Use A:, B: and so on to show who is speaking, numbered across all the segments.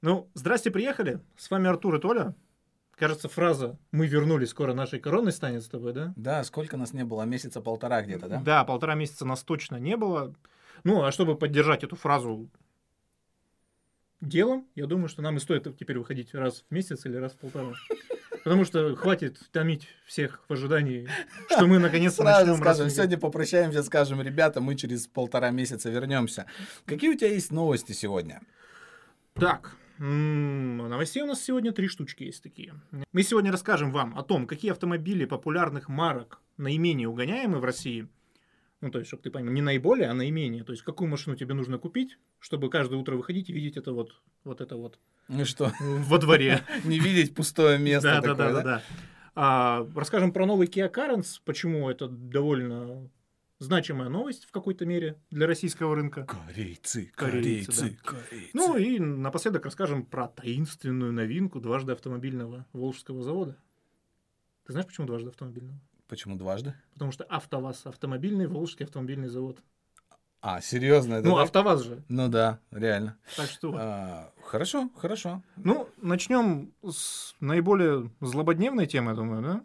A: Ну, здрасте, приехали. С вами Артур и Толя. Кажется, фраза «Мы вернулись, скоро нашей короной станет с тобой», да?
B: Да, сколько нас не было? Месяца полтора где-то, да?
A: Да, полтора месяца нас точно не было. Ну, а чтобы поддержать эту фразу делом, я думаю, что нам и стоит теперь выходить раз в месяц или раз в полтора. Потому что хватит томить всех в ожидании, что мы наконец-то
B: Сразу
A: начнем
B: скажем, сегодня попрощаемся, скажем, ребята, мы через полтора месяца вернемся. Какие у тебя есть новости сегодня?
A: Так, м, новостей у нас сегодня три штучки есть такие. Мы сегодня расскажем вам о том, какие автомобили популярных марок наименее угоняемы в России. Ну, то есть, чтобы ты понял, не наиболее, а наименее. То есть, какую машину тебе нужно купить, чтобы каждое утро выходить и видеть это вот, вот это вот
B: Ну что,
A: м, во дворе.
B: не видеть пустое место
A: Да, да,
B: такое,
A: да, да, да. А, Расскажем про новый Kia Carens, почему это довольно значимая новость в какой-то мере для российского рынка.
B: Корейцы,
A: Корейцы,
B: корейцы, корейцы.
A: Ну и напоследок расскажем про таинственную новинку дважды автомобильного Волжского завода. Ты знаешь, почему дважды автомобильного?
B: Почему дважды?
A: Потому что АвтоВАЗ – автомобильный Волжский автомобильный завод.
B: А, серьезно? это
A: ну,
B: так?
A: АвтоВАЗ же.
B: Ну да, реально.
A: Так что... вот.
B: А, хорошо, хорошо.
A: Ну, начнем с наиболее злободневной темы, я думаю, да?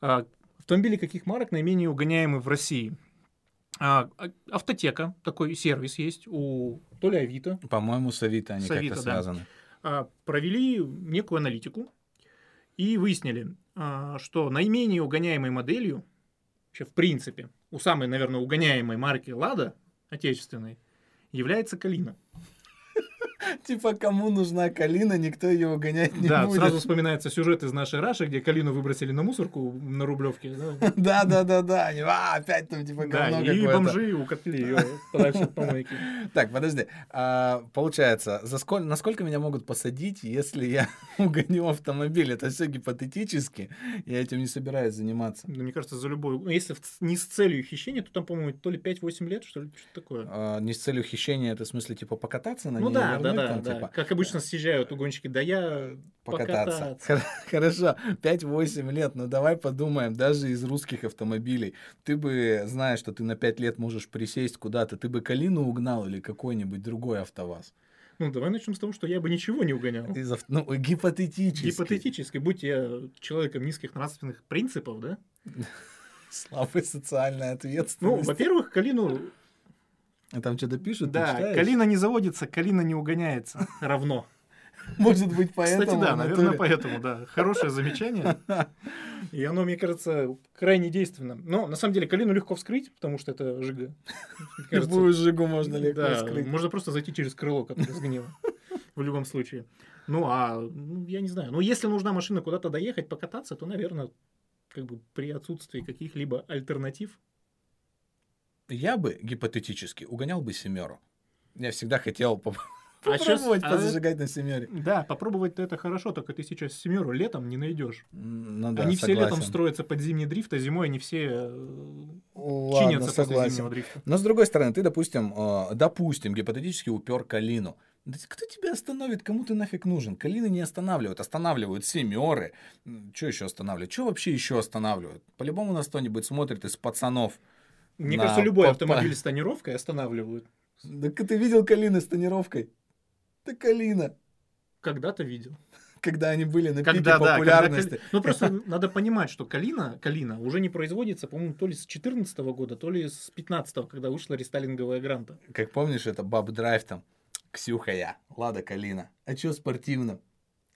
A: А, автомобили каких марок наименее угоняемы в России? А, а- автотека, такой сервис есть у то ли Авито,
B: По-моему, с Авито они
A: С Авито,
B: как-то
A: да.
B: связаны.
A: а, провели некую аналитику и выяснили, а, что наименее угоняемой моделью, вообще в принципе, у самой, наверное, угоняемой марки «Лада» отечественной, является «Калина».
B: Типа, кому нужна Калина, никто ее угонять не
A: да,
B: будет.
A: сразу вспоминается сюжет из нашей Раши, где «Калину» выбросили на мусорку на Рублевке. да.
B: Да, да, да, да. Они, «А, опять там типа говно
A: Да, и
B: какое-то».
A: бомжи укатили ее подальше от помойки.
B: Так, подожди. А, получается, за сколь... насколько меня могут посадить, если я угоню автомобиль? Это все гипотетически. Я этим не собираюсь заниматься.
A: Да, Мне кажется, за любой... ну, Если в- не с целью хищения, то там, по-моему, то ли 5-8 лет, что ли, что-то такое.
B: А, не с целью хищения, это в смысле, типа, покататься на
A: Ну
B: ней?
A: да, да,
B: вернуть
A: да,
B: там,
A: да.
B: типа,
A: Как обычно съезжают угонщики, да я
B: покататься.
A: покататься.
B: Хор- Хорошо, 5-8 лет, но давай подумаем, даже из русских автомобилей. Ты бы, зная, что ты на 5 лет можешь присесть куда-то, ты бы Калину угнал или какой-нибудь другой АвтоВАЗ?
A: Ну, давай начнем с того, что я бы ничего не угонял.
B: Из авто- Ну, гипотетически.
A: Гипотетически, будь я человеком низких нравственных принципов, да?
B: Слабая социальная
A: Ну,
B: ответственность.
A: во-первых, Калину...
B: А Там что-то пишут, ты
A: Да,
B: читаешь?
A: Калина не заводится, Калина не угоняется. Равно.
B: Может быть, поэтому...
A: Кстати, да,
B: в
A: наверное,
B: натуре.
A: поэтому, да. Хорошее замечание. И оно, мне кажется, крайне действенно. Но, на самом деле, Калину легко вскрыть, потому что это жига. Мне кажется,
B: Любую жигу можно легко
A: да,
B: скрыть.
A: можно просто зайти через крыло, которое сгнило. В любом случае. Ну, а, ну, я не знаю. Ну, если нужна машина куда-то доехать, покататься, то, наверное, как бы при отсутствии каких-либо альтернатив.
B: Я бы гипотетически угонял бы семеру. Я всегда хотел поп-
A: А щас-
B: попробовать
A: а-
B: позажигать на семере.
A: Да, попробовать-то это хорошо, только ты сейчас семеру летом не найдешь.
B: М, Ну да,
A: они все летом
B: согласен.
A: строятся под зимний дрифт, а зимой они все э,
B: Ладно,
A: чинятся после
B: согласен.
A: зимнего дрифта.
B: Но с другой стороны, ты, допустим, э, допустим, гипотетически упер Калину. Да т- кто тебя остановит? Кому ты нафиг нужен? Калины не останавливают. Останавливают семеры. Что еще останавливают? Что вообще еще останавливают? По-любому нас кто-нибудь смотрит из пацанов.
A: Мне
B: На
A: кажется, любой
B: попа-
A: автомобиль с тонировкой останавливают.
B: Да а ты видел Калины с тонировкой? Да Калина.
A: Когда-то видел.
B: Когда они были на
A: Когда,
B: пике
A: да, когда
B: популярности.
A: Кали- Ну, просто надо понимать, что Калина, Калина уже не производится, по-моему, то ли с 14 года, то ли с 15 когда вышла рестайлинговая гранта.
B: Как помнишь, это Баб Драйв там. Ксюха я, Лада Калина. А чё спортивно?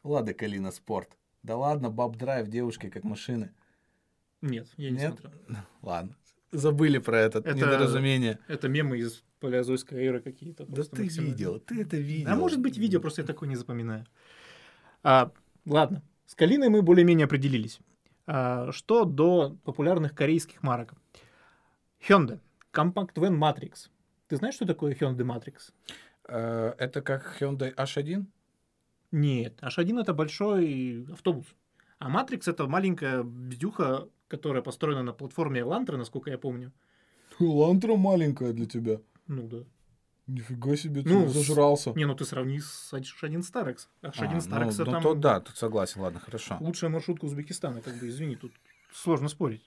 B: Лада Калина спорт. Да ладно, Баб Драйв, девушки как машины.
A: Нет, я не
B: Нет?
A: смотрел.
B: Ладно. Забыли про это,
A: Это-
B: недоразумение.
A: Это мемы из палеозойской эры какие-то.
B: Да
A: просто
B: ты
A: максимально.
B: видел, ты это видел.
A: А может быть видео, просто я такое не запоминаю. А, ладно, с Калиной мы более-менее определились. А, что до популярных корейских марок. Hyundai, Compact Van Matrix. Ты знаешь, что такое Hyundai Matrix?
B: Э, Это как Hyundai H1?
A: Нет, H1 это большой автобус. А Matrix это маленькая бздюха, которая построена на платформе Elantra, насколько я помню.
B: Лантра маленькая для тебя.
A: Ну да.
B: Нифига себе,
A: ты Ну, с-
B: зажрался. А, ну,
A: Не, ну ты сравни с H1 Starex. H1 Starex это а там
B: да, тут согласен, ладно, хорошо.
A: лучшая маршрутка Узбекистана, как бы, извини, тут сложно спорить.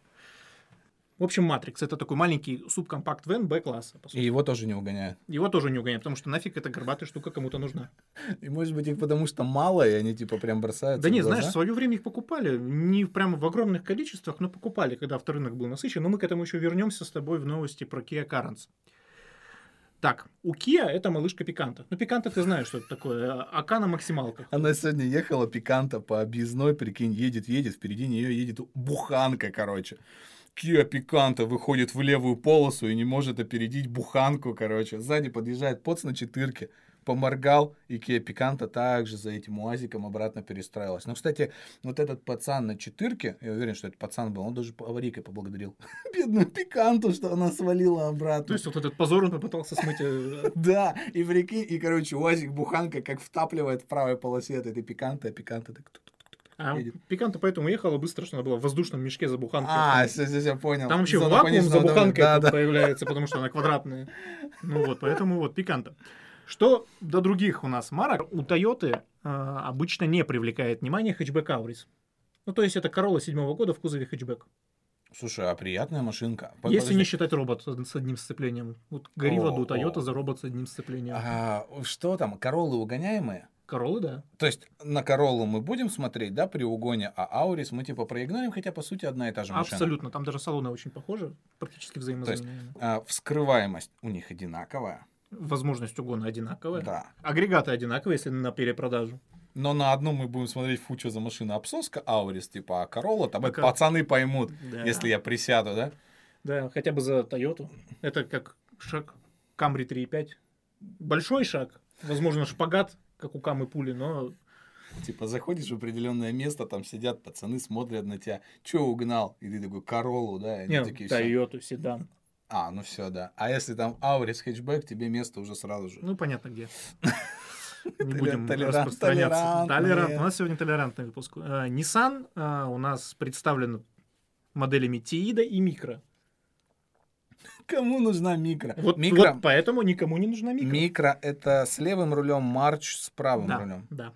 A: В общем, Матрикс это такой маленький субкомпакт вен Б-класса. по сути.
B: И его тоже не угоняют.
A: Его тоже не угоняют, потому что нафиг эта горбатая штука кому-то нужна.
B: И может быть их потому что мало, и они типа прям бросаются.
A: Да
B: в
A: не,
B: глаза?
A: знаешь, в свое время их покупали, не прямо в огромных количествах, но покупали, когда авторынок был насыщен. Но мы к этому еще вернемся с тобой в новости про Kia Carens. Так, у Kia это малышка Пиканта. Ну, Пиканта ты знаешь, что это такое. а Акана максималка.
B: Она сегодня ехала пиканта по объездной, прикинь, едет, едет, впереди нее едет буханка, короче. Киа Пиканта выходит в левую полосу и не может опередить буханку, короче. Сзади подъезжает поц на четырке, поморгал, и Киа Пиканта также за этим уазиком обратно перестраивалась. Ну, кстати, вот этот пацан на четырке, я уверен, что этот пацан был, он даже по- аварийкой поблагодарил бедную Пиканту, что она свалила обратно.
A: То есть вот этот позор он попытался смыть. э,
B: Да, и прикинь, и, короче, УАЗик буханка как втапливает в правой полосе от этой пиканты, а пиканта так... тук-тук.
A: А
B: Едет.
A: Пиканта поэтому ехала быстро, что она была в воздушном мешке за буханкой.
B: А, все, все, все, понял.
A: Там вообще
B: Зона
A: вакуум
B: пониженного
A: за буханкой
B: давления. Да, да.
A: появляется, потому что она квадратная. Ну вот, поэтому вот пиканта. Что до других у нас марок, у Toyota э, обычно не привлекает внимания хэтчбэк Аурис. Ну, то есть это Corolla седьмого года в кузове хэтчбэк.
B: Слушай, а приятная машинка. По-
A: Если
B: подожди.
A: не считать робот с с одним сцеплением. Вот гори в аду
B: О,
A: Toyota
B: о.
A: за робот с одним сцеплением.
B: А, что там, королы угоняемые?
A: Королы, да.
B: То есть на королу мы будем смотреть, да, при угоне, а Аурис мы типа проигнорим, хотя по сути одна и та же машина.
A: Абсолютно. Там даже салоны очень похожи, практически взаимозаменяемые.
B: А, вскрываемость у них одинаковая.
A: Возможность угона одинаковая.
B: Да.
A: Агрегаты одинаковые, если на перепродажу.
B: Но на одну мы будем смотреть, фу, что за машина, обсоска Аурис, типа, а Королла, там
A: А
B: э,
A: Кор-
B: пацаны поймут,
A: Да.
B: если я присяду, да?
A: Да, хотя бы за Тойоту. Это как шаг Камри 3.5. Большой шаг. Возможно, шпагат, как у Камы Пули, но
B: Типа заходишь в определенное место, там сидят пацаны, смотрят на тебя. Че угнал? И ты такой королу, да? И они
A: не,
B: такие всё.
A: Тойоту, седан.
B: А, ну все, да. А если там Аурис хэтчбэк, тебе место уже сразу же.
A: Ну, понятно где. Не будем
B: Толерант-
A: распространяться.
B: толерантные.
A: Толерант. У нас сегодня толерантный выпуск. Э, Nissan э, у нас представлен моделями Тиида и Микро.
B: Кому нужна микро?
A: Вот,
B: микро,
A: вот поэтому никому не нужна Микро.
B: микро это с левым рулем марч, с правым
A: Да,
B: рулем.
A: да.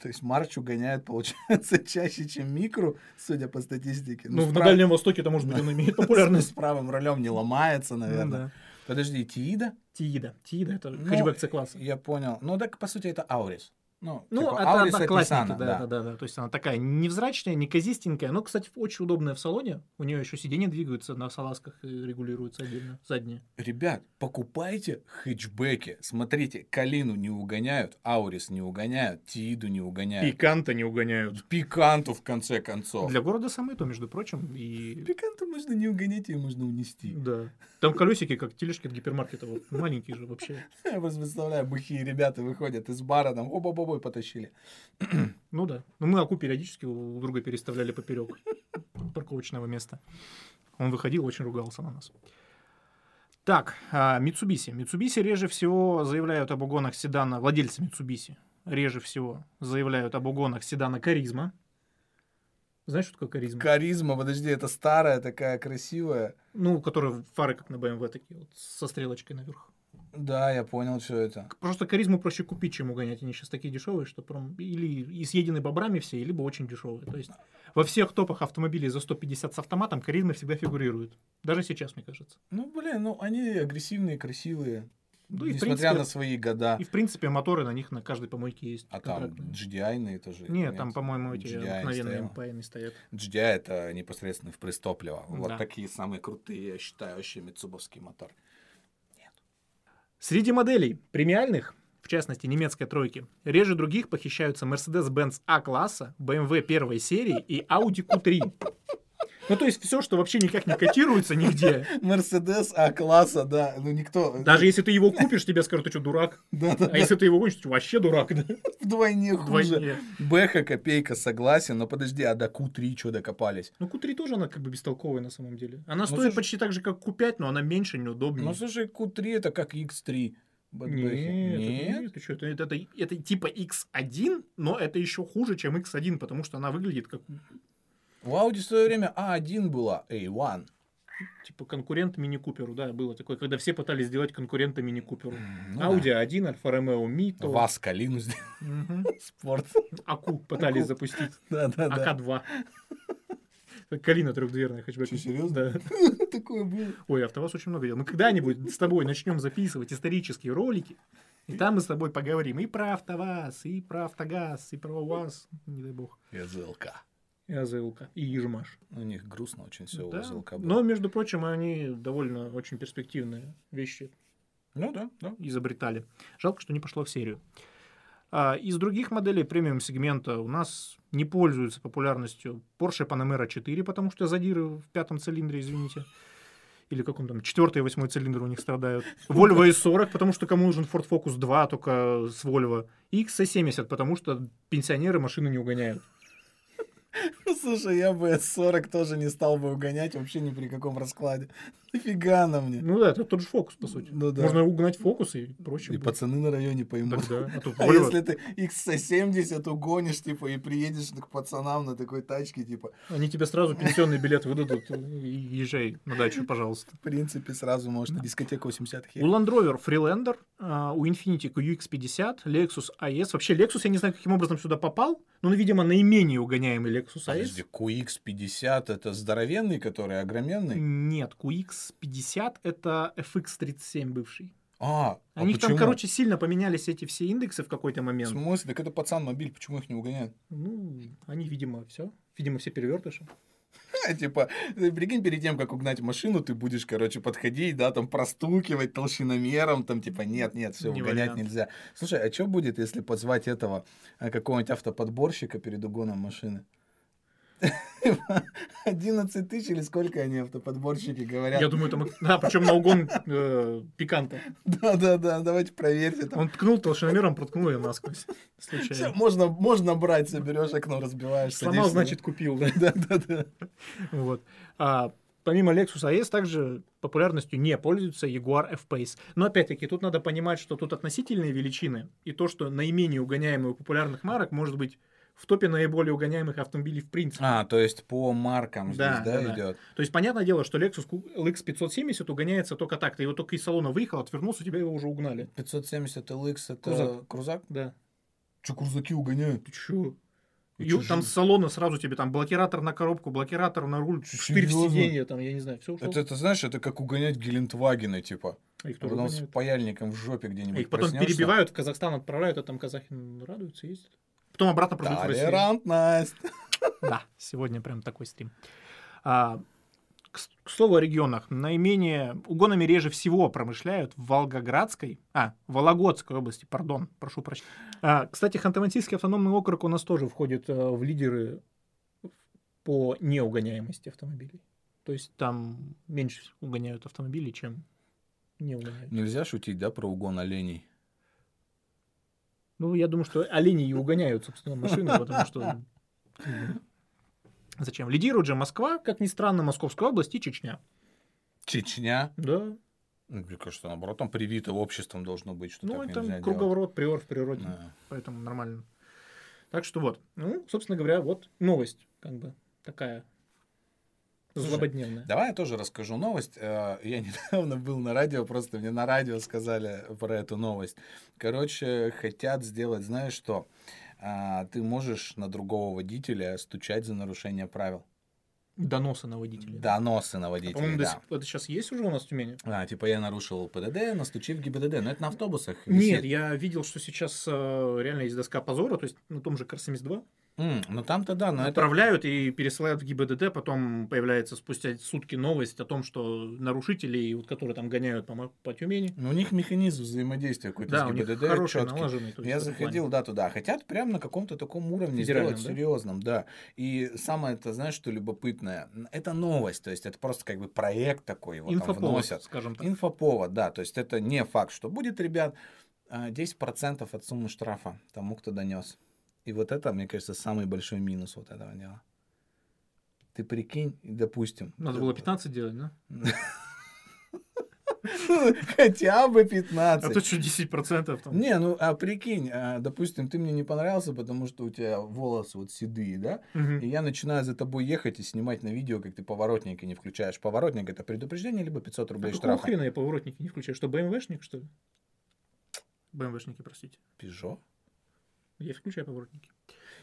B: То есть марч угоняет, получается, чаще, чем микру, судя по статистике.
A: Ну,
B: с
A: в
B: прав-
A: Дальнем Востоке это, может быть,
B: Да.
A: он имеет
B: С
A: популярность.
B: правым рулем не ломается,
A: Ну
B: наверное.
A: да.
B: Подожди, Тиида?
A: Тиида. Тиида это
B: Ну,
A: хэтчбэк C-класса.
B: Я понял. Ну, так, по сути, это Аурис. Ну,
A: Ну,
B: типа,
A: это
B: Аурис от
A: одноклассники,
B: Ниссана,
A: да, да, да, да. То есть она такая невзрачная, неказистенькая, но, кстати, очень удобная в салоне. У нее еще сиденья двигаются на салазках и регулируются отдельно, задние.
B: Ребят, покупайте хэтчбеки. Смотрите, Калину не угоняют, Аурис не угоняют, Тииду не угоняют.
A: Пиканта не угоняют.
B: Пиканту, в конце концов.
A: Для города самый то, между прочим, и...
B: Пиканту можно не угонять, ее можно унести.
A: Да. Там колесики, как тележки от гипермаркета, вот, маленькие же вообще.
B: Я вас представляю, бухие ребята выходят из бара, там оба оба и потащили.
A: Ну да. Ну мы Аку периодически у друга переставляли поперек парковочного места. Он выходил, очень ругался на нас. Так, а, Mitsubishi. Mitsubishi реже всего заявляют об угонах седана, владельцы Mitsubishi реже всего заявляют об угонах седана Каризма. Знаешь, что такое Каризма?
B: Каризма, подожди, это старая такая красивая.
A: Ну, у которой фары как на BMW такие, вот, со стрелочкой наверх.
B: Да, я понял, что это.
A: Просто Каризму проще купить, чем угонять. Они сейчас такие дешевые, что прям или и съедены бобрами все, либо очень дешевые. То есть во всех топах автомобилей за 150 с автоматом Каризма всегда фигурирует. Даже сейчас, мне кажется.
B: Ну, блин, ну они агрессивные, красивые.
A: Ну и в
B: несмотря
A: принципе-
B: на свои года.
A: И в принципе моторы на них на каждой помойке есть.
B: А там
A: контрактные.
B: GDI-ные тоже?
A: Нет, там, по-моему, эти
B: GDI
A: обыкновенные
B: стояло.
A: MPN стоят.
B: GDI это непосредственно впрысс топлива. Вот
A: Да.
B: такие самые крутые, я считаю, вообще митсубовский мотор.
A: Среди моделей премиальных, в частности немецкой тройки, реже других похищаются Mercedes-Benz А-класса, BMW первой серии и Audi Q3. Ну, то есть все, что вообще никак не котируется нигде.
B: Мерседес А-класса, да. Ну никто...
A: Даже если ты его купишь, тебе скажут, ты что, дурак?
B: Да, да,
A: А если ты его гонишь, ты вообще дурак, да?
B: Вдвойне хуже.
A: Вдвойне.
B: Бэха копейка, согласен. Но подожди, а до Q3 что докопались?
A: Ну, Q3 тоже она как бы бестолковая на самом деле. Она стоит
B: Ну, слушай-
A: почти так же, как Q5, но она меньше, неудобнее.
B: Ну слушай, Q3 это как X3. бэтбэхи.
A: нет, нет, ты чё, это, это, это типа X1, но это еще хуже, чем X1, потому что она выглядит как
B: В Audi в свое время А1 была, A1.
A: типа конкурент мини-куперу, да, было такое, когда все пытались сделать конкурента мини-куперу.
B: Ну да. А
A: Audi A1, Альфа Ромео Мито,
B: Вас Калину сделал спорт.
A: Аку пытались
B: Аку.
A: запустить,
B: Да, да, да.
A: АК-2. Калина трехдверная хэтчбэк.
B: Чё, серьёзно?
A: Да.
B: Ну, Такое было.
A: Ой, а АвтоВАЗ очень много делал. Мы когда-нибудь с тобой начнем записывать исторические ролики, и там мы с тобой поговорим и про АвтоВАЗ, и про Автогаз, и про УАЗ, не дай бог.
B: ЗЛК.
A: И АЗЛК, и Ежмаш.
B: У них грустно очень все у
A: Да.
B: ЗЛК было.
A: Но, между прочим, они довольно очень перспективные вещи
B: Ну да, да.
A: изобретали. Жалко, что не пошло в серию. А, Из других моделей премиум-сегмента у нас не пользуются популярностью Porsche Panamera 4, потому что задиры в пятом цилиндре, извините. Или каком там, четвертый и восьмой цилиндр у них страдают. Volvo S40, потому что кому нужен Ford Focus 2, только с Volvo. И XC70, потому что пенсионеры машины не угоняют.
B: Слушай, я бы С40 тоже не стал бы угонять вообще ни при каком раскладе. Нафига она мне?
A: Ну да, это тот же фокус, по сути.
B: Ну да.
A: Можно угнать фокус и прочее.
B: И
A: будет.
B: пацаны на районе поймут.
A: Тогда, а то
B: А
A: Volvo.
B: если ты XC70 угонишь, типа, и приедешь к пацанам на такой тачке, типа,
A: Они тебе сразу пенсионный билет выдадут. и Езжай на дачу, пожалуйста.
B: в принципе, сразу можешь на дискотеку 80-х
A: У
B: ехать.
A: Land Rover Freelander, а, у Infiniti QX50, Lexus AS. Вообще, Lexus, я не знаю, каким образом сюда попал, но, ну, видимо, наименее угоняемый Lexus
B: Подожди,
A: AS.
B: QX50 это здоровенный, который огроменный?
A: Нет, QX50 это FX37 бывший.
B: А, а
A: Они там,
B: почему?
A: короче, сильно поменялись эти все индексы в какой-то
B: В
A: момент.
B: смысле? Так это пацан мобиль, почему их не угоняют?
A: Ну, они, видимо, все. Видимо, все перевертыши.
B: Ха, Типа, ты прикинь, перед тем, как угнать машину, ты будешь, короче, подходить, да, там простукивать толщиномером, там, типа, нет, нет, все,
A: Не
B: угонять
A: вариант.
B: нельзя. Слушай, а что будет, если позвать этого а, какого-нибудь автоподборщика перед угоном машины? 11 тысяч или сколько они, автоподборщики, говорят?
A: Я думаю, там... Да, причем на угон э, пиканта.
B: Да-да-да, давайте проверьте. Там.
A: Он ткнул толщиномером, проткнул ее насквозь.
B: Всё,
A: Случайно.
B: можно, можно брать, соберешь окно, разбиваешь.
A: Сломал,
B: садишься.
A: значит, купил, да.
B: Да-да-да.
A: Вот. А помимо Lexus AS также популярностью не пользуется Jaguar F-Pace. Но опять-таки тут надо понимать, что тут относительные величины и то, что наименее угоняемых популярных марок может быть в топе наиболее угоняемых автомобилей в принципе.
B: А, то есть по маркам здесь,
A: Да,
B: да,
A: да, да.
B: идет?
A: То есть, понятное дело, что Lexus Q- LX570 угоняется только так. Ты его только из салона выехал, отвернулся, тебя его уже угнали.
B: 570 LX это
A: Крузак.
B: крузак?
A: Да.
B: Че крузаки угоняют?
A: Ты чё?
B: Ты
A: И
B: чё,
A: там
B: жив?
A: с салона сразу тебе там блокиратор на коробку, блокиратор на руль, штырь в
B: Серьёзно?
A: сиденье, там, я не знаю, все ушло.
B: Это, это, знаешь, это как угонять Гелендвагены, типа.
A: А их тоже
B: Потом с
A: угоняют.
B: паяльником в жопе где-нибудь
A: А Их потом
B: проснешься.
A: перебивают, в Казахстан отправляют, а там казахи ну, радуются, ездят. Потом обратно продают в Россию.
B: Толерантность.
A: Да, сегодня прям такой стрим. А, к, с- к слову о регионах. Наименее угонами реже всего промышляют в Волгоградской, а, Вологодской области, пардон, прошу прощения. А, кстати, Ханты-Мансийский автономный округ у нас тоже входит э, в лидеры по неугоняемости автомобилей. То есть там меньше угоняют автомобили, чем не угоняют.
B: Нельзя шутить, да, про угон оленей?
A: Ну, я думаю, что олени и угоняют, собственно, машины, потому что... как бы, Зачем? Лидирует же Москва, как ни странно, Московская область и Чечня.
B: Чечня.
A: Да.
B: Ну, Мне кажется, наоборот, там привито обществом должно быть, что
A: ну,
B: так
A: и там
B: нельзя
A: круговорот, приор в природе.
B: делать. Да.
A: Поэтому нормально. Так что вот. Ну, собственно говоря, вот новость, как бы, такая
B: Слушай,
A: злободневная.
B: Давай я тоже расскажу новость. Э, Я недавно был на радио, просто мне на радио сказали про эту новость. Короче, хотят сделать, знаешь что? А, Ты можешь на другого водителя стучать за нарушение правил.
A: Доносы на водителей.
B: Доносы на водителя,
A: А, По-моему, до
B: да.
A: сих- это сейчас есть уже у нас в Тюмени?
B: А, типа я нарушил ПДД, настучи в ГИБДД. Но это на автобусах
A: Нет,
B: висит.
A: я видел, что сейчас э, реально есть доска позора, то есть на том же Карсемис-2.
B: М, ну там-то да, но это...
A: Отправляют и пересылают в ГИБДД, потом появляется спустя сутки новость о том, что нарушители, вот, которые там гоняют по, Мо- по Тюмени,
B: Ну, у них механизм взаимодействия какой-то
A: да,
B: с
A: у них
B: ГИБДД
A: хороший,
B: чёткий.
A: налаженный. то есть
B: Я
A: в этом
B: заходил, да, туда. Хотят прям на каком-то таком уровне
A: Федеральном,
B: сделать
A: да?
B: серьезном, да. И самое это, знаешь, что любопытное? Это новость, то есть это просто как бы проект такой, его
A: плане.
B: там
A: Инфоповод,
B: вносят.
A: скажем так.
B: Инфоповод, да, то есть это не факт, что будет, ребят, А, 10% от суммы штрафа тому, кто донес. И вот это, мне кажется, самый большой минус вот этого дела. Ты прикинь, допустим.
A: Надо было 15 делать, да?
B: Хотя бы
A: А
B: 15.
A: то что 10% там.
B: Не, ну а прикинь, а, допустим, ты мне не понравился, потому что у тебя волосы вот седые, да?
A: Мгм.
B: И я начинаю за тобой ехать и снимать на видео, как ты поворотники не включаешь. Поворотник это предупреждение, либо 500
A: А
B: рублей
A: какого
B: штрафа.
A: хрена я поворотники не включаю? Что, БМВшник, что ли? БМВшники, простите.
B: Пежо?
A: Я включаю поворотники.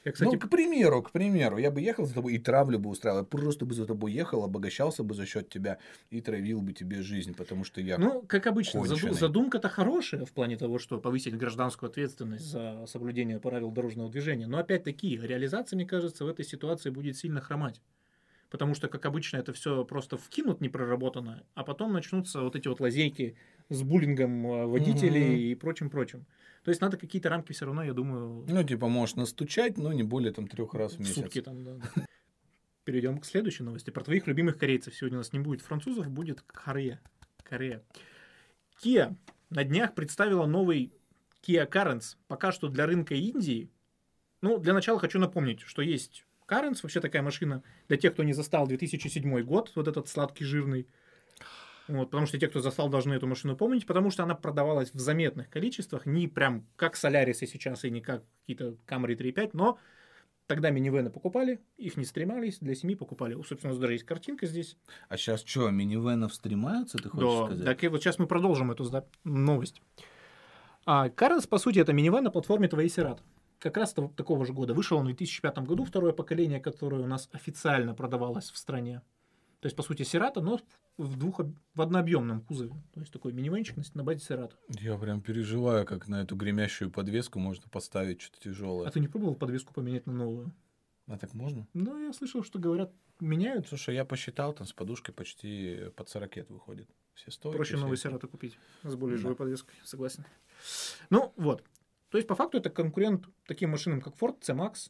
A: Я, кстати,
B: Ну, к примеру, к примеру, я бы ехал за тобой и травлю бы устраивал, я просто бы за тобой ехал, обогащался бы за счет тебя и травил бы тебе жизнь, потому что я...
A: Ну, как обычно, заду-
B: конченый.
A: задумка-то хорошая в плане того, что повысить гражданскую ответственность за соблюдение правил дорожного движения. Но опять-таки, реализация, мне кажется, в этой ситуации будет сильно хромать. Потому что, как обычно, это все просто вкинут непроработанно, а потом начнутся вот эти вот лазейки с буллингом э, водителей
B: Мгм.
A: и прочим-прочим. То есть надо какие-то рамки все равно, я думаю,
B: Ну, типа, можешь настучать, но не более там трех раз в
A: в
B: месяц.
A: сутки там, да. Перейдем к следующей новости. Про твоих любимых корейцев. Сегодня у нас не будет французов, будет Корея. Корея. Kia на днях представила новый Kia Currents. Пока что для рынка Индии. Ну, для начала хочу напомнить, что есть Currents, вообще такая машина, для тех, кто не застал 2007 год, вот этот сладкий, жирный. Вот, потому что те, кто застал, должны эту машину помнить, потому что она продавалась в заметных количествах, не прям как Солярис и сейчас, и не как какие-то Camry 3.5, но тогда минивены покупали, их не стремались, для семьи покупали. У, Собственно, у нас даже есть картинка здесь.
B: А сейчас что, минивенов стремаются, ты хочешь
A: Да,
B: сказать?
A: так и вот сейчас мы продолжим эту зда- новость. А, Каренс, по сути, это минивэн на платформе твоей Серат. Как раз того- такого же года. Вышел он в 2005 году, второе поколение, которое у нас официально продавалось в стране. То есть, по сути, Серата, но в, двух, об- в однообъемном кузове. То есть, такой минивэнчик на с- на базе Серата.
B: Я прям переживаю, как на эту гремящую подвеску можно поставить что-то
A: А
B: тяжелое.
A: ты не пробовал подвеску поменять на новую?
B: А так можно?
A: Ну, я слышал, что говорят, меняют.
B: Слушай, я посчитал, там с подушкой почти под 40 выходит. Все стойки.
A: Проще
B: все
A: новый
B: эти.
A: Серата купить с более
B: Да.
A: живой подвеской, согласен. Ну, вот. То есть, по факту, это конкурент таким машинам, как Ford C-Max.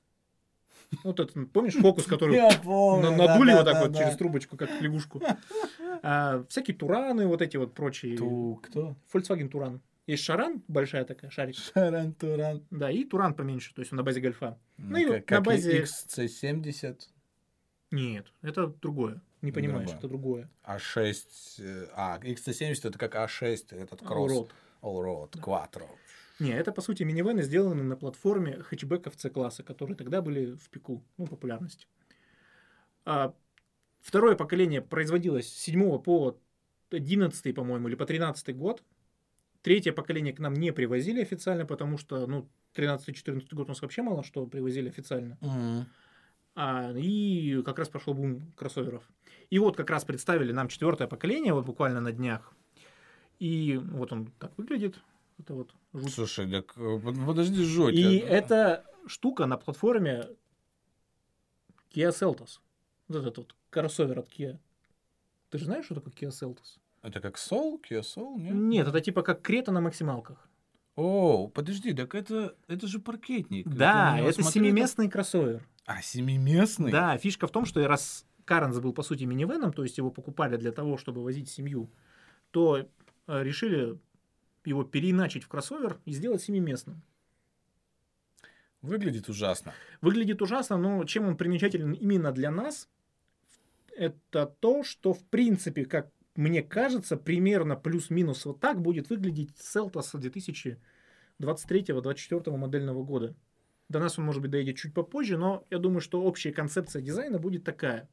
A: Вот это, помнишь, фокус, который
B: Я помню,
A: на- надули
B: да,
A: вот
B: да,
A: так
B: да,
A: вот
B: да.
A: через трубочку, как лягушку. А, всякие Тураны, вот эти вот прочие.
B: Ту, кто?
A: Volkswagen Туран. Есть Шаран, большая такая, шарик.
B: Шарантуран.
A: Да, и Туран поменьше, то есть он на базе Гольфа. Ну,
B: Ну,
A: и
B: как-
A: вот на
B: как и
A: базе-
B: XC70,
A: Нет, это другое. Не понимаешь,
B: Другое.
A: это другое.
B: А6... А э, А, XC70 это как А6, этот кросс.
A: Урод.
B: Allroad, Quattro.
A: Не, это, по сути, минивены, сделаны на платформе хэтчбеков С-класса, которые тогда были в пику, ну, популярности. А второе поколение производилось с 7 по 11, по-моему, или по 13 год. Третье поколение к нам не привозили официально, потому что, ну, 13-14 год у нас вообще мало что привозили официально. А, и как раз пошел бум кроссоверов. И вот как раз представили нам четвертое поколение, вот буквально на днях. И вот он так выглядит. Это вот жуть
B: Слушай, так э, под- подожди, жуть.
A: и
B: а-
A: эта штука на платформе Kia Seltos. Вот этот вот кроссовер от Kia. Ты же знаешь, что такое Kia Seltos?
B: Это как Soul? Kia Soul? Нет?
A: Нет, это типа как Крета на максималках.
B: О, подожди, так это, это же паркетник.
A: Да,
B: Ты на него
A: это
B: смотрел?
A: семиместный кроссовер.
B: А, семиместный?
A: Да, фишка в том, что раз Каренс был по сути минивеном, то есть его покупали для того, чтобы возить семью, то э, решили его переиначить в кроссовер и сделать семиместным.
B: Выглядит ужасно.
A: Выглядит ужасно, но чем он примечателен именно для нас, это то, что в принципе, как мне кажется, примерно плюс-минус вот так будет выглядеть Селтос 2023-2024 модельного года. До нас он, может быть, доедет чуть попозже, но я думаю, что общая концепция дизайна будет такая.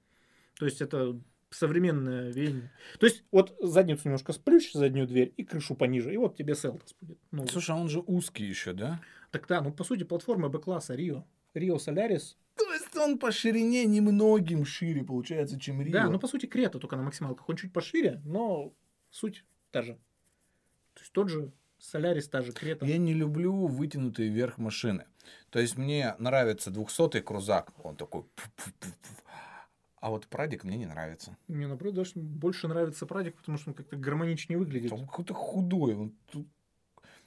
A: То есть это современное веяние. То есть вот задницу немножко сплющ, заднюю дверь и крышу пониже, и вот тебе Селтос будет. новый.
B: Слушай, а он же узкий еще, да?
A: Так да, ну по сути платформа Б-класса Рио. Рио Солярис
B: То есть он по ширине немногим шире получается, чем Рио.
A: Да, ну по сути Крета только на максималках. Он чуть пошире, но суть та же. То есть тот же Солярис, та же Крета.
B: Я не люблю вытянутые вверх машины. То есть мне нравится 200-й крузак. Он такой... пф-пф-пф-пф. А вот Прадик мне не нравится.
A: Мне наоборот даже больше нравится Прадик, потому что он как-то гармоничнее выглядит.
B: Он какой-то худой. он тут-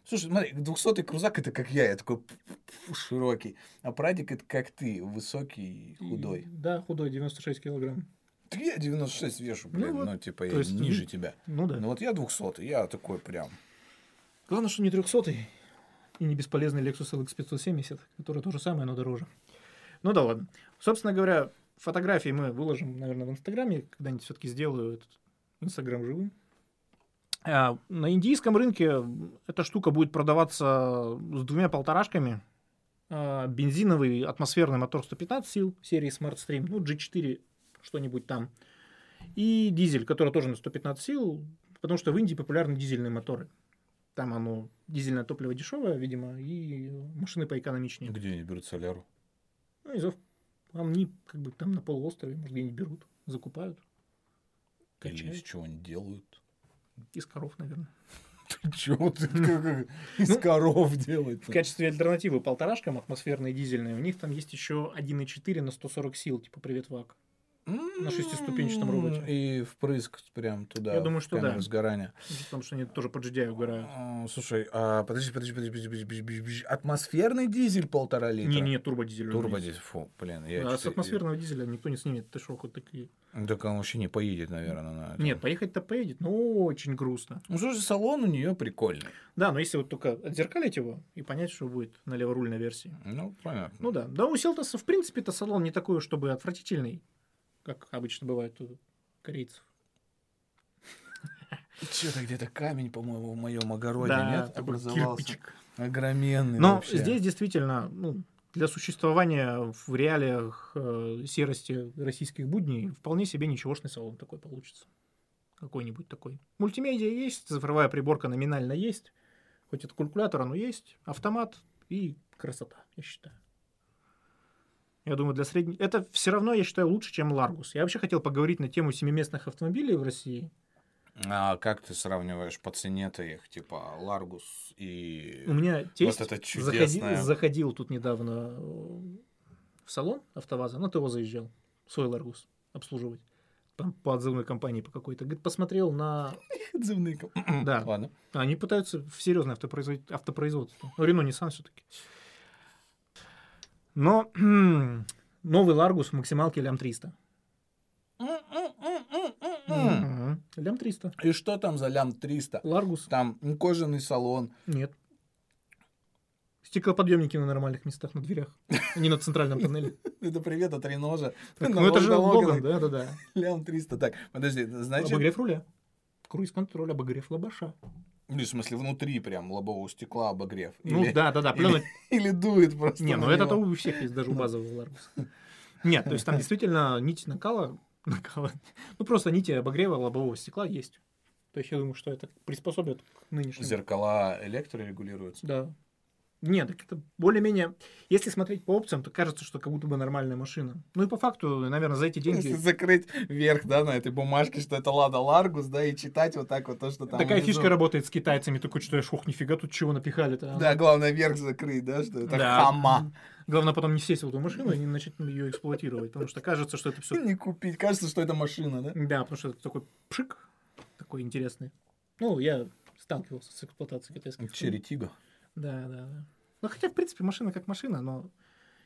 B: Слушай, смотри, 200-й крузак это как я, я такой пф-пф-пф, широкий. А Прадик это как ты, высокий, и
A: И-
B: худой.
A: да, худой, 96 килограмм.
B: Так я 96 вешу,
A: Ну
B: блин, ну,
A: вот,
B: типа я
A: то есть,
B: ниже
A: ну,
B: тебя.
A: Ну да.
B: Ну вот я 200 я такой прям.
A: Главное, что не 300 и не бесполезный Lexus LX 570, который то же самое, но дороже. Ну да ладно. Собственно говоря, фотографии мы выложим, наверное, в Инстаграме. Когда-нибудь все-таки сделаю этот Инстаграм живым. А, на индийском рынке эта штука будет продаваться с двумя полторашками. А, бензиновый атмосферный мотор 115 сил серии Smart Stream, ну G4 что-нибудь там. И дизель, который тоже на 115 сил, потому что в Индии популярны дизельные моторы. Там оно, дизельное топливо дешевое, видимо, и машины поэкономичнее.
B: Где они берут соляру?
A: Ну, низов они как бы там на полуострове, может, где-нибудь берут, закупают,
B: Или из
A: качают.
B: чего они делают?
A: Из коров, наверное.
B: Ты чего ты как- из коров делать?
A: В качестве альтернативы полторашкам атмосферные дизельные, у них там есть еще 1,4 на 140 сил, типа «Привет, ВАК».
B: На
A: шестиступенчатом роботе.
B: М-м-м. И впрыск прям туда.
A: Я думаю, что
B: в камеру
A: да.
B: сгорания.
A: Потому что они тоже по GDI угорают.
B: А, Слушай, а, подожди, подожди, подожди, подожди, подожди, подожди, подожди, подожди. Атмосферный дизель полтора литра?
A: Не-не, турбодизель. у них.
B: Турбодизель, фу, блин. Я
A: А с
B: чё-то-
A: атмосферного дизеля никто не снимет. Ты что, хоть такие?
B: Так он вообще не поедет, наверное, на этом.
A: Нет, поехать-то поедет, но очень грустно.
B: Ну, слушай, салон у нее прикольный.
A: Да, но если вот только отзеркалить его и понять, что будет на леворульной версии.
B: Ну, понятно.
A: Ну да. Да, у Селтоса, в принципе-то, салон не такой, уж, чтобы отвратительный, как обычно бывает у корейцев.
B: Что-то где-то камень, по-моему, в моем огороде,
A: да,
B: нет?
A: такой
B: Образовался.
A: кирпичик.
B: Огроменный
A: Но
B: вообще.
A: здесь действительно, ну, для существования в реалиях э, серости российских будней вполне себе ничегошный салон такой получится. Какой-нибудь такой. Мультимедиа есть, цифровая приборка номинально есть. Хоть это калькулятор, но есть. Автомат и красота, я считаю. Я думаю, для средней... Это все равно, я считаю, лучше, чем Ларгус. Я вообще хотел поговорить на тему семиместных автомобилей в России.
B: А как ты сравниваешь по цене-то их, типа, Ларгус и...
A: У меня тесть
B: это
A: заходи-
B: чудесное.
A: заходил, тут недавно э, в салон АвтоВАЗа, на ТО заезжал, свой Ларгус обслуживать. Там по отзывной компании по какой-то. Говорит, посмотрел на...
B: Отзывные ком-
A: Да.
B: Ладно.
A: Они пытаются в серьезное автопроизво- автопроизводство. Ну, Рено, Nissan все-таки. Но новый Ларгус в максималке лям 300. Мгм. Лям 300.
B: И что там за лям 300?
A: Ларгус?
B: Там кожаный салон.
A: Нет. Стеклоподъемники на нормальных местах, на дверях, а не на центральном панели.
B: Это привет от Реножа.
A: Так, Ну, это же Логан, да-да-да.
B: Лям 300. Так, подожди, значит...
A: Обогрев руля. Круиз-контроль, обогрев лабаша.
B: Ну, в смысле, внутри прям лобового стекла обогрев.
A: Ну
B: Или-
A: да, да, да.
B: или- Или дует просто.
A: Не,
B: на
A: ну это-то
B: него.
A: у всех есть, даже у базового Ларгуса. Нет, то есть там действительно нить накала, накала. Ну просто нити обогрева лобового стекла есть. То есть я думаю, что это приспособят к нынешнему.
B: Зеркала электрорегулируются.
A: Да. Нет, так это более-менее... Если смотреть по опциям, то кажется, что как будто бы нормальная машина. Ну и по факту, наверное, за эти
B: Ну, Если
A: деньги...
B: закрыть вверх, да, на этой бумажке, что это Лада Ларгус, да, и читать вот так вот то, что там
A: Такая
B: внизу.
A: фишка работает с китайцами. Такой читаешь, ох, нифига, тут чего напихали-то. а?»
B: Да, главное вверх закрыть, да, что это
A: Да.
B: хама.
A: Главное потом не сесть в эту машину и не начать ее эксплуатировать, потому что кажется, что это все
B: Не купить. Кажется, что это машина, да?
A: Да, потому что это такой пшик, такой интересный. Ну, я сталкивался с эксплуатацией китайских. машин.
B: Черетиго.
A: Да, да, да. Ну, хотя, в принципе, машина как машина, но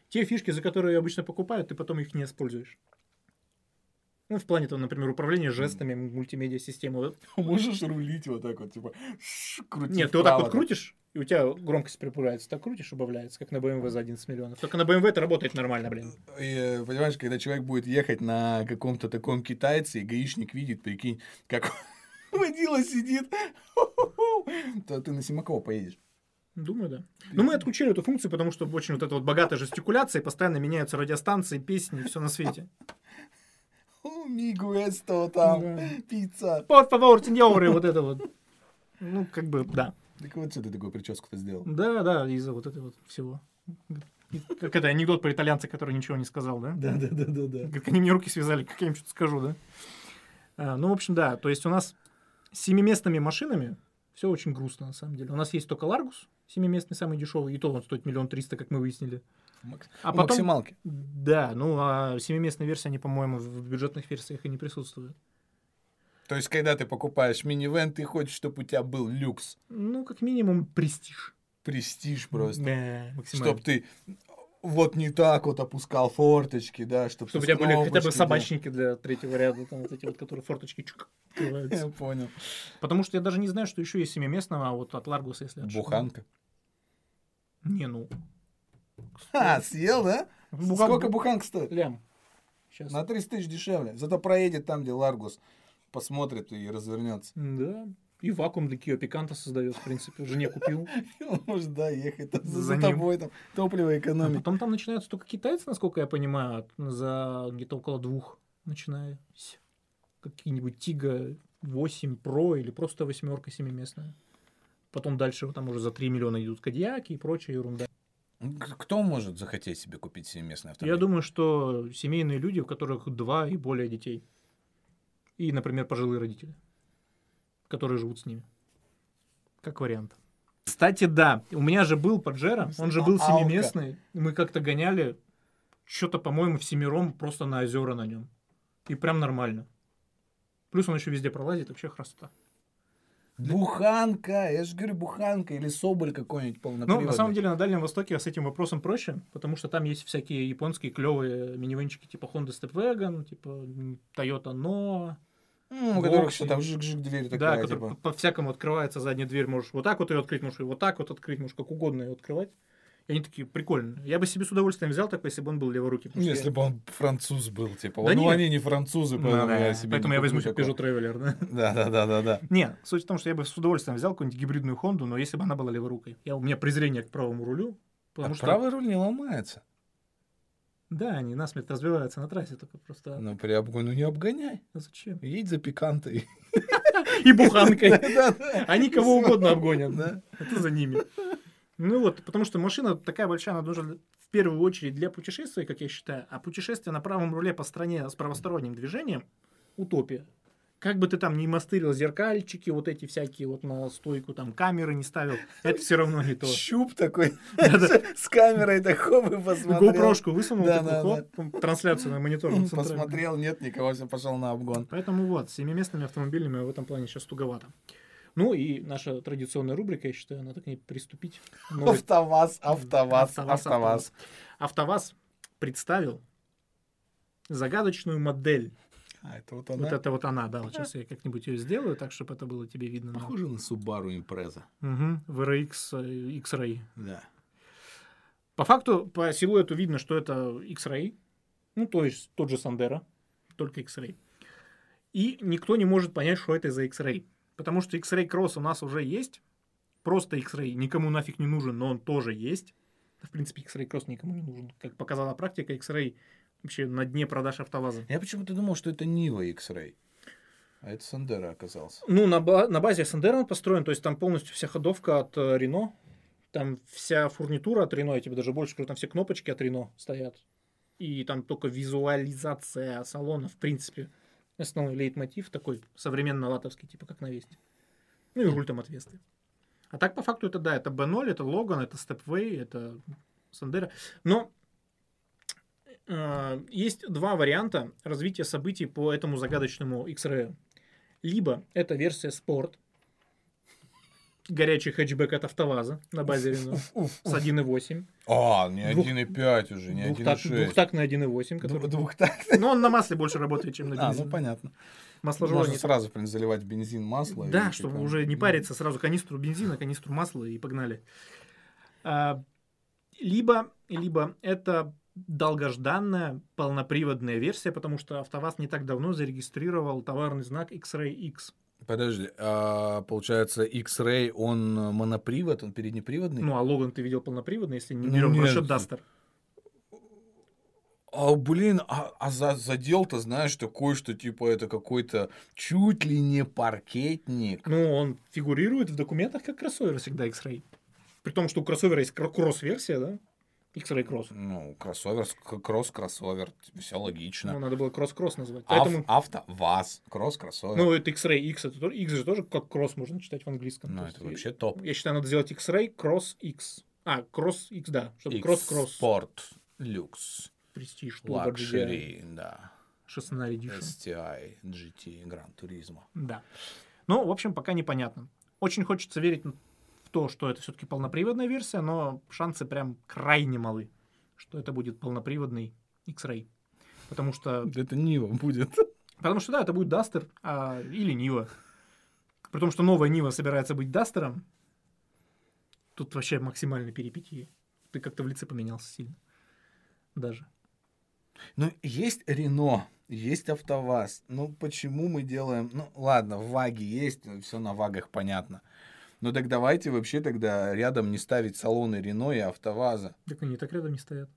A: те фишки, за которые её обычно покупают, ты потом их не используешь. Ну, в плане, там, например, управления жестами, мультимедиа-системы.
B: Можешь рулить вот так вот, типа, шш, крутить
A: Нет, ты вот так
B: вправо,
A: вот крутишь, и у тебя громкость прибавляется. Так крутишь, убавляется, как на BMW за 11 миллионов. Только на BMW это работает нормально, блин.
B: И, э, понимаешь, когда человек будет ехать на каком-то таком китайце, и гаишник видит, прикинь, как водила сидит, то ты на Симакова поедешь.
A: Думаю, да. Но мы отключили эту функцию, потому что очень вот эта вот богатая жестикуляция, и постоянно меняются радиостанции, песни, все на свете.
B: «О, Мигу эсто там,
A: Да.
B: пицца.
A: Por favor, сеньоры, вот это вот. Ну, как бы, да.
B: Так вот, что ты такую прическу-то сделал?
A: Да, да, из-за вот этого вот всего. Как это анекдот про итальянца, который ничего не сказал, да?
B: да, да, да, да.
A: Как они мне руки связали, как я им что-то скажу, да? А, ну, в общем, да, то есть у нас с семиместными машинами все очень грустно, на самом деле. У нас есть только Ларгус, семиместный, самый дешевый, и то он стоит миллион триста, как мы выяснили. А потом-
B: Максималки.
A: Да, ну, а семиместные версии, они, по-моему, в бюджетных версиях и не присутствуют.
B: То есть, когда ты покупаешь минивэн, ты хочешь, чтобы у тебя был люкс,
A: Ну, как минимум, престиж.
B: престиж просто.
A: Да, максимально.
B: Чтоб ты э, вот не так вот опускал форточки, да, чтобы
A: Чтобы у тебя были хотя бы собачники для третьего ряда, там вот эти вот, которые форточки чук,
B: Я
A: открываются.
B: понял.
A: Потому что я даже не знаю, что еще есть семиместного, а вот от Ларгуса, если отшиб-
B: Буханка.
A: Не, ну.
B: А, съел, да?
A: Бухан-
B: Сколько буханка стоит?
A: Лям. Сейчас.
B: На 30 тысяч дешевле. Зато проедет там, где Ларгус посмотрит и развернется.
A: Да. И вакуум для Кио Пиканта создает, в принципе. Жене купил.
B: Он может, да, ехать там за,
A: За
B: за
A: ним.
B: тобой, там, топливо
A: А
B: экономить.
A: потом там начинаются только китайцы, насколько я понимаю, от- за где-то около двух начинают. Какие-нибудь Тига 8 Pro или просто восьмерка семиместная. Потом дальше вот там уже за 3 миллиона идут кадьяки и прочая ерунда.
B: Кто может захотеть себе купить семиместный автомобиль?
A: Я думаю, что семейные люди, у которых два и более детей. И, например, пожилые родители, которые живут с ними. Как вариант. Кстати, да, у меня же был Паджеро, он же был
B: Алка.
A: семиместный. Мы как-то гоняли что-то, по-моему, в семером просто на озера на нем. И прям нормально. Плюс он еще везде пролазит, вообще красота.
B: Буханка, я же говорю, буханка или соболь какой-нибудь
A: Ну,
B: полноприводный.
A: на самом деле, на Дальнем Востоке с этим вопросом проще, потому что там есть всякие японские клевые минивенчики типа Honda Stepwagon, типа м, Toyota Noah.
B: М, у которых
A: Вовсе.
B: что там жик-жик дверь
A: да,
B: такая,
A: который
B: типа.
A: по- по-всякому открывается задняя дверь. Можешь вот так вот ее открыть, можешь и вот так вот открыть, можешь как угодно ее открывать. И они такие прикольные. Я бы себе с удовольствием взял такой, если бы он был леворукий. потому что
B: Ну, Если
A: я-
B: бы он француз был, типа.
A: Да
B: ну,
A: нет.
B: они не французы,
A: Да,
B: поэтому
A: Ну да.
B: я себе
A: Поэтому
B: не
A: я
B: куплю
A: возьму себе
B: такого.
A: Peugeot Traveler. да.
B: Да, да, да, да, да.
A: Не, суть в том, что я бы с удовольствием взял какую-нибудь гибридную Хонду, но если бы она была леворукой. Я, у меня презрение к правому рулю, потому
B: А
A: что...
B: правый руль не ломается.
A: Да, они насмерть разбиваются на трассе, только просто...
B: Ну, при обгоне ну, не обгоняй.
A: а зачем?
B: Едь за пикантой.
A: И буханкой.
B: Да-да.
A: Они кого угодно обгонят.
B: Да.
A: Это за ними. Ну вот, потому что машина такая большая, она нужна в первую очередь для путешествий, как я считаю. А путешествие на правом руле по стране с правосторонним движением – утопия. Как бы ты там ни мастырил зеркальчики, вот эти всякие вот на стойку, там камеры не ставил, это все равно не то.
B: Щуп такой
A: Да-да.
B: с камерой такого посмотрел.
A: GoPro-шку высунул,
B: Да,
A: такой,
B: да,
A: хлоп, трансляцию на монитор.
B: М,
A: центральный.
B: Посмотрел, нет никого, все пошел на обгон.
A: Поэтому вот, с семиместными автомобилями в этом плане сейчас туговато. Ну и наша традиционная рубрика, я считаю, надо к ней приступить. Новый
B: Автоваз, автоваз,
A: Ну, Автоваз,
B: автоваз.
A: АвтоВАЗ представил загадочную модель.
B: А, это вот
A: Вот это вот она, да. Вот сейчас я как-нибудь ее сделаю, так, чтобы это было тебе видно.
B: Похоже на Subaru Impreza.
A: Угу. VRX э, X-Ray.
B: Да.
A: По факту, по силуэту видно, что это X-Ray. Ну, то есть тот же Сандера, только X-Ray. И никто не может понять, что это за X-Ray. Потому что X-Ray Cross у нас уже есть. Просто X-Ray никому нафиг не нужен, но он тоже есть. В принципе, X-Ray Cross никому не нужен. Как показала практика, X-Ray вообще на дне продаж автоваза.
B: Я почему-то думал, что это Нива X-Ray. А это Сандера оказался.
A: Ну, на, ба- на базе Сандера он построен, то есть там полностью вся ходовка от э, Рено, там вся фурнитура от Рено, я тебе даже больше скажу, там все кнопочки от Рено стоят. И там только визуализация салона, в принципе, основной лейтмотив такой современно-латовский, типа как на Весте. Ну и руль там от Весты. А так, по факту, это да, это B0, это Логан, это Степвей, это Сандера. Но э, есть два варианта развития событий по этому загадочному X-Ray. Либо это версия спорт, горячий хэтчбэк от АвтоВАЗа на базе Рено
B: Уф, уф,
A: с
B: уф.
A: 1.8.
B: А, не
A: Двух-
B: 1,5 уже, не
A: Двухтак,
B: 1,6.
A: двухтактный 1.8.
B: Двух-
A: Который...
B: Двухтактный.
A: Но он на масле больше работает, чем на
B: Ну, А, ну
A: бензине.
B: понятно.
A: Масложорание
B: Можно сразу, в принципе, заливать бензин, масло. и
A: Да,
B: типа,
A: чтобы уже не
B: ну,
A: париться, сразу канистру бензина, канистру масла и погнали. А, либо, либо это долгожданная полноприводная версия, потому что АвтоВАЗ не так давно зарегистрировал товарный знак X-Ray X.
B: Подожди, а, получается, X-Ray, он монопривод, он переднеприводный?
A: Ну, а Логан ты видел полноприводный, если не
B: Ну,
A: берем
B: нет.
A: расчет Дастер.
B: А, блин, а, а за, задел-то, знаешь, такой, что типа это какой-то чуть ли не паркетник.
A: Ну, он фигурирует в документах как кроссовер всегда X-Ray. При том, что у кроссовера есть кро- кросс-версия, да? X-Ray кросс.
B: Ну, кроссовер, с- к- кросс-кроссовер, все
A: Ну,
B: логично.
A: надо было кросс-кросс назвать.
B: Ав-
A: Поэтому,
B: Авто, ВАЗ, кросс-кроссовер.
A: ну, это X-Ray X, это тоже, X же тоже как кросс можно читать в английском.
B: Ну,
A: То
B: это
A: есть,
B: вообще топ.
A: Я считаю, надо сделать X-Ray Cross X. А, Cross X, да. Чтобы кросс-кросс.
B: Спорт, люкс,
A: Престиж,
B: Ну,
A: Turbo GDI,
B: лакшери, да.
A: 16 Edition.
B: STI, GT, Гран Туризма.
A: Да. Ну, в общем, пока непонятно. Очень хочется верить в то, что это все-таки полноприводная версия, но шансы прям крайне малы, что это будет полноприводный X-Ray. Потому что,
B: Это Нива будет.
A: потому что да, это будет Дастер а, или Нива. При том, что новая Нива собирается быть Дастером, тут вообще максимально перипетии. Ты как-то в лице поменялся сильно. Даже.
B: Ну, есть Рено, есть АвтоВАЗ. Ну, почему мы делаем... Ну, ладно, в ВАГе есть, все на ВАГах понятно. Но так давайте вообще тогда рядом не ставить салоны Рено и АвтоВАЗа.
A: Так они и так рядом не стоят.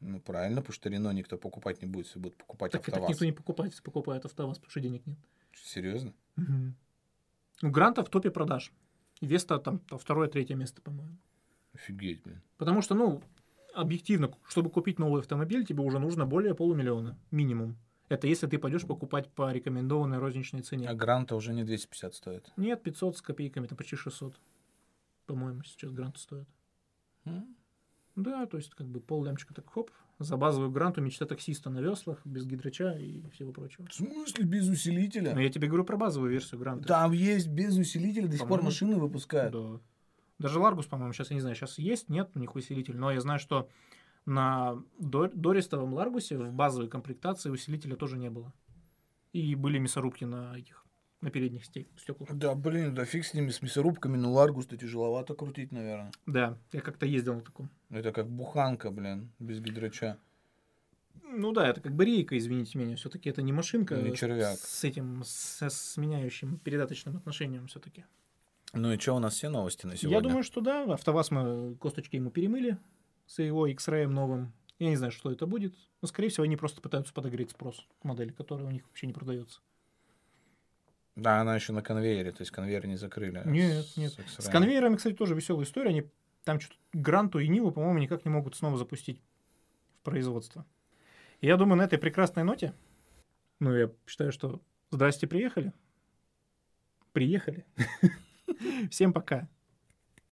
B: Ну, правильно, потому что Рено никто покупать не будет, все будут покупать
A: Так, так
B: АвтоВАз.
A: никто не покупает, если покупает АвтоВАЗ, потому что денег нет.
B: Серьезно?
A: Ну, Гранта в топе продаж. Веста там то второе, третье место, по-моему.
B: Офигеть, блин.
A: Потому что, ну, объективно, чтобы купить новый автомобиль, тебе уже нужно более полумиллиона, минимум. Это если ты пойдешь покупать по рекомендованной розничной цене.
B: А гранта уже не 250 стоит.
A: Нет, 500 с копейками, там почти 600. По-моему, сейчас грант стоит.
B: М?
A: Да, то есть как бы пол лямчика так хоп, за базовую гранту мечта таксиста на веслах, без гидрача и всего прочего.
B: В смысле без усилителя?
A: Но я тебе говорю про базовую версию гранта.
B: Там есть без усилителя, до сих пор
A: По-моему,
B: машины выпускают.
A: Да. Даже Ларгус, по-моему, сейчас, я не знаю, сейчас есть, нет у них усилитель, но я знаю, что на дор- дористовом Ларгусе в базовой комплектации усилителя тоже не было. И были мясорубки на этих, на передних сте- стеклах.
B: Да, блин, да фиг с ними, с мясорубками, ну Ларгус-то тяжеловато крутить, наверное.
A: Да, я как-то ездил на таком.
B: Это как буханка, блин, без гидрача.
A: Ну да, это как бы рейка, извините меня, все-таки это не машинка
B: Не червяк.
A: с этим, с, с меняющим передаточным отношением все-таки.
B: Ну и что, у нас все новости на сегодня?
A: Я думаю, что да, АвтоВАЗ мы косточки ему перемыли с его X-Ray новым. Я не знаю, что это будет. Но, скорее всего, они просто пытаются подогреть спрос модели, которая у них вообще не продается.
B: Да, она еще на конвейере, то есть конвейер не закрыли.
A: Нет,
B: с-
A: нет.
B: с X-Ray.
A: С конвейерами, кстати, тоже веселая история. Они там что-то Гранту и Ниву, по-моему, никак не могут снова запустить в производство. И я думаю, на этой прекрасной ноте, ну, я считаю, что здрасте, приехали. Приехали. Всем пока.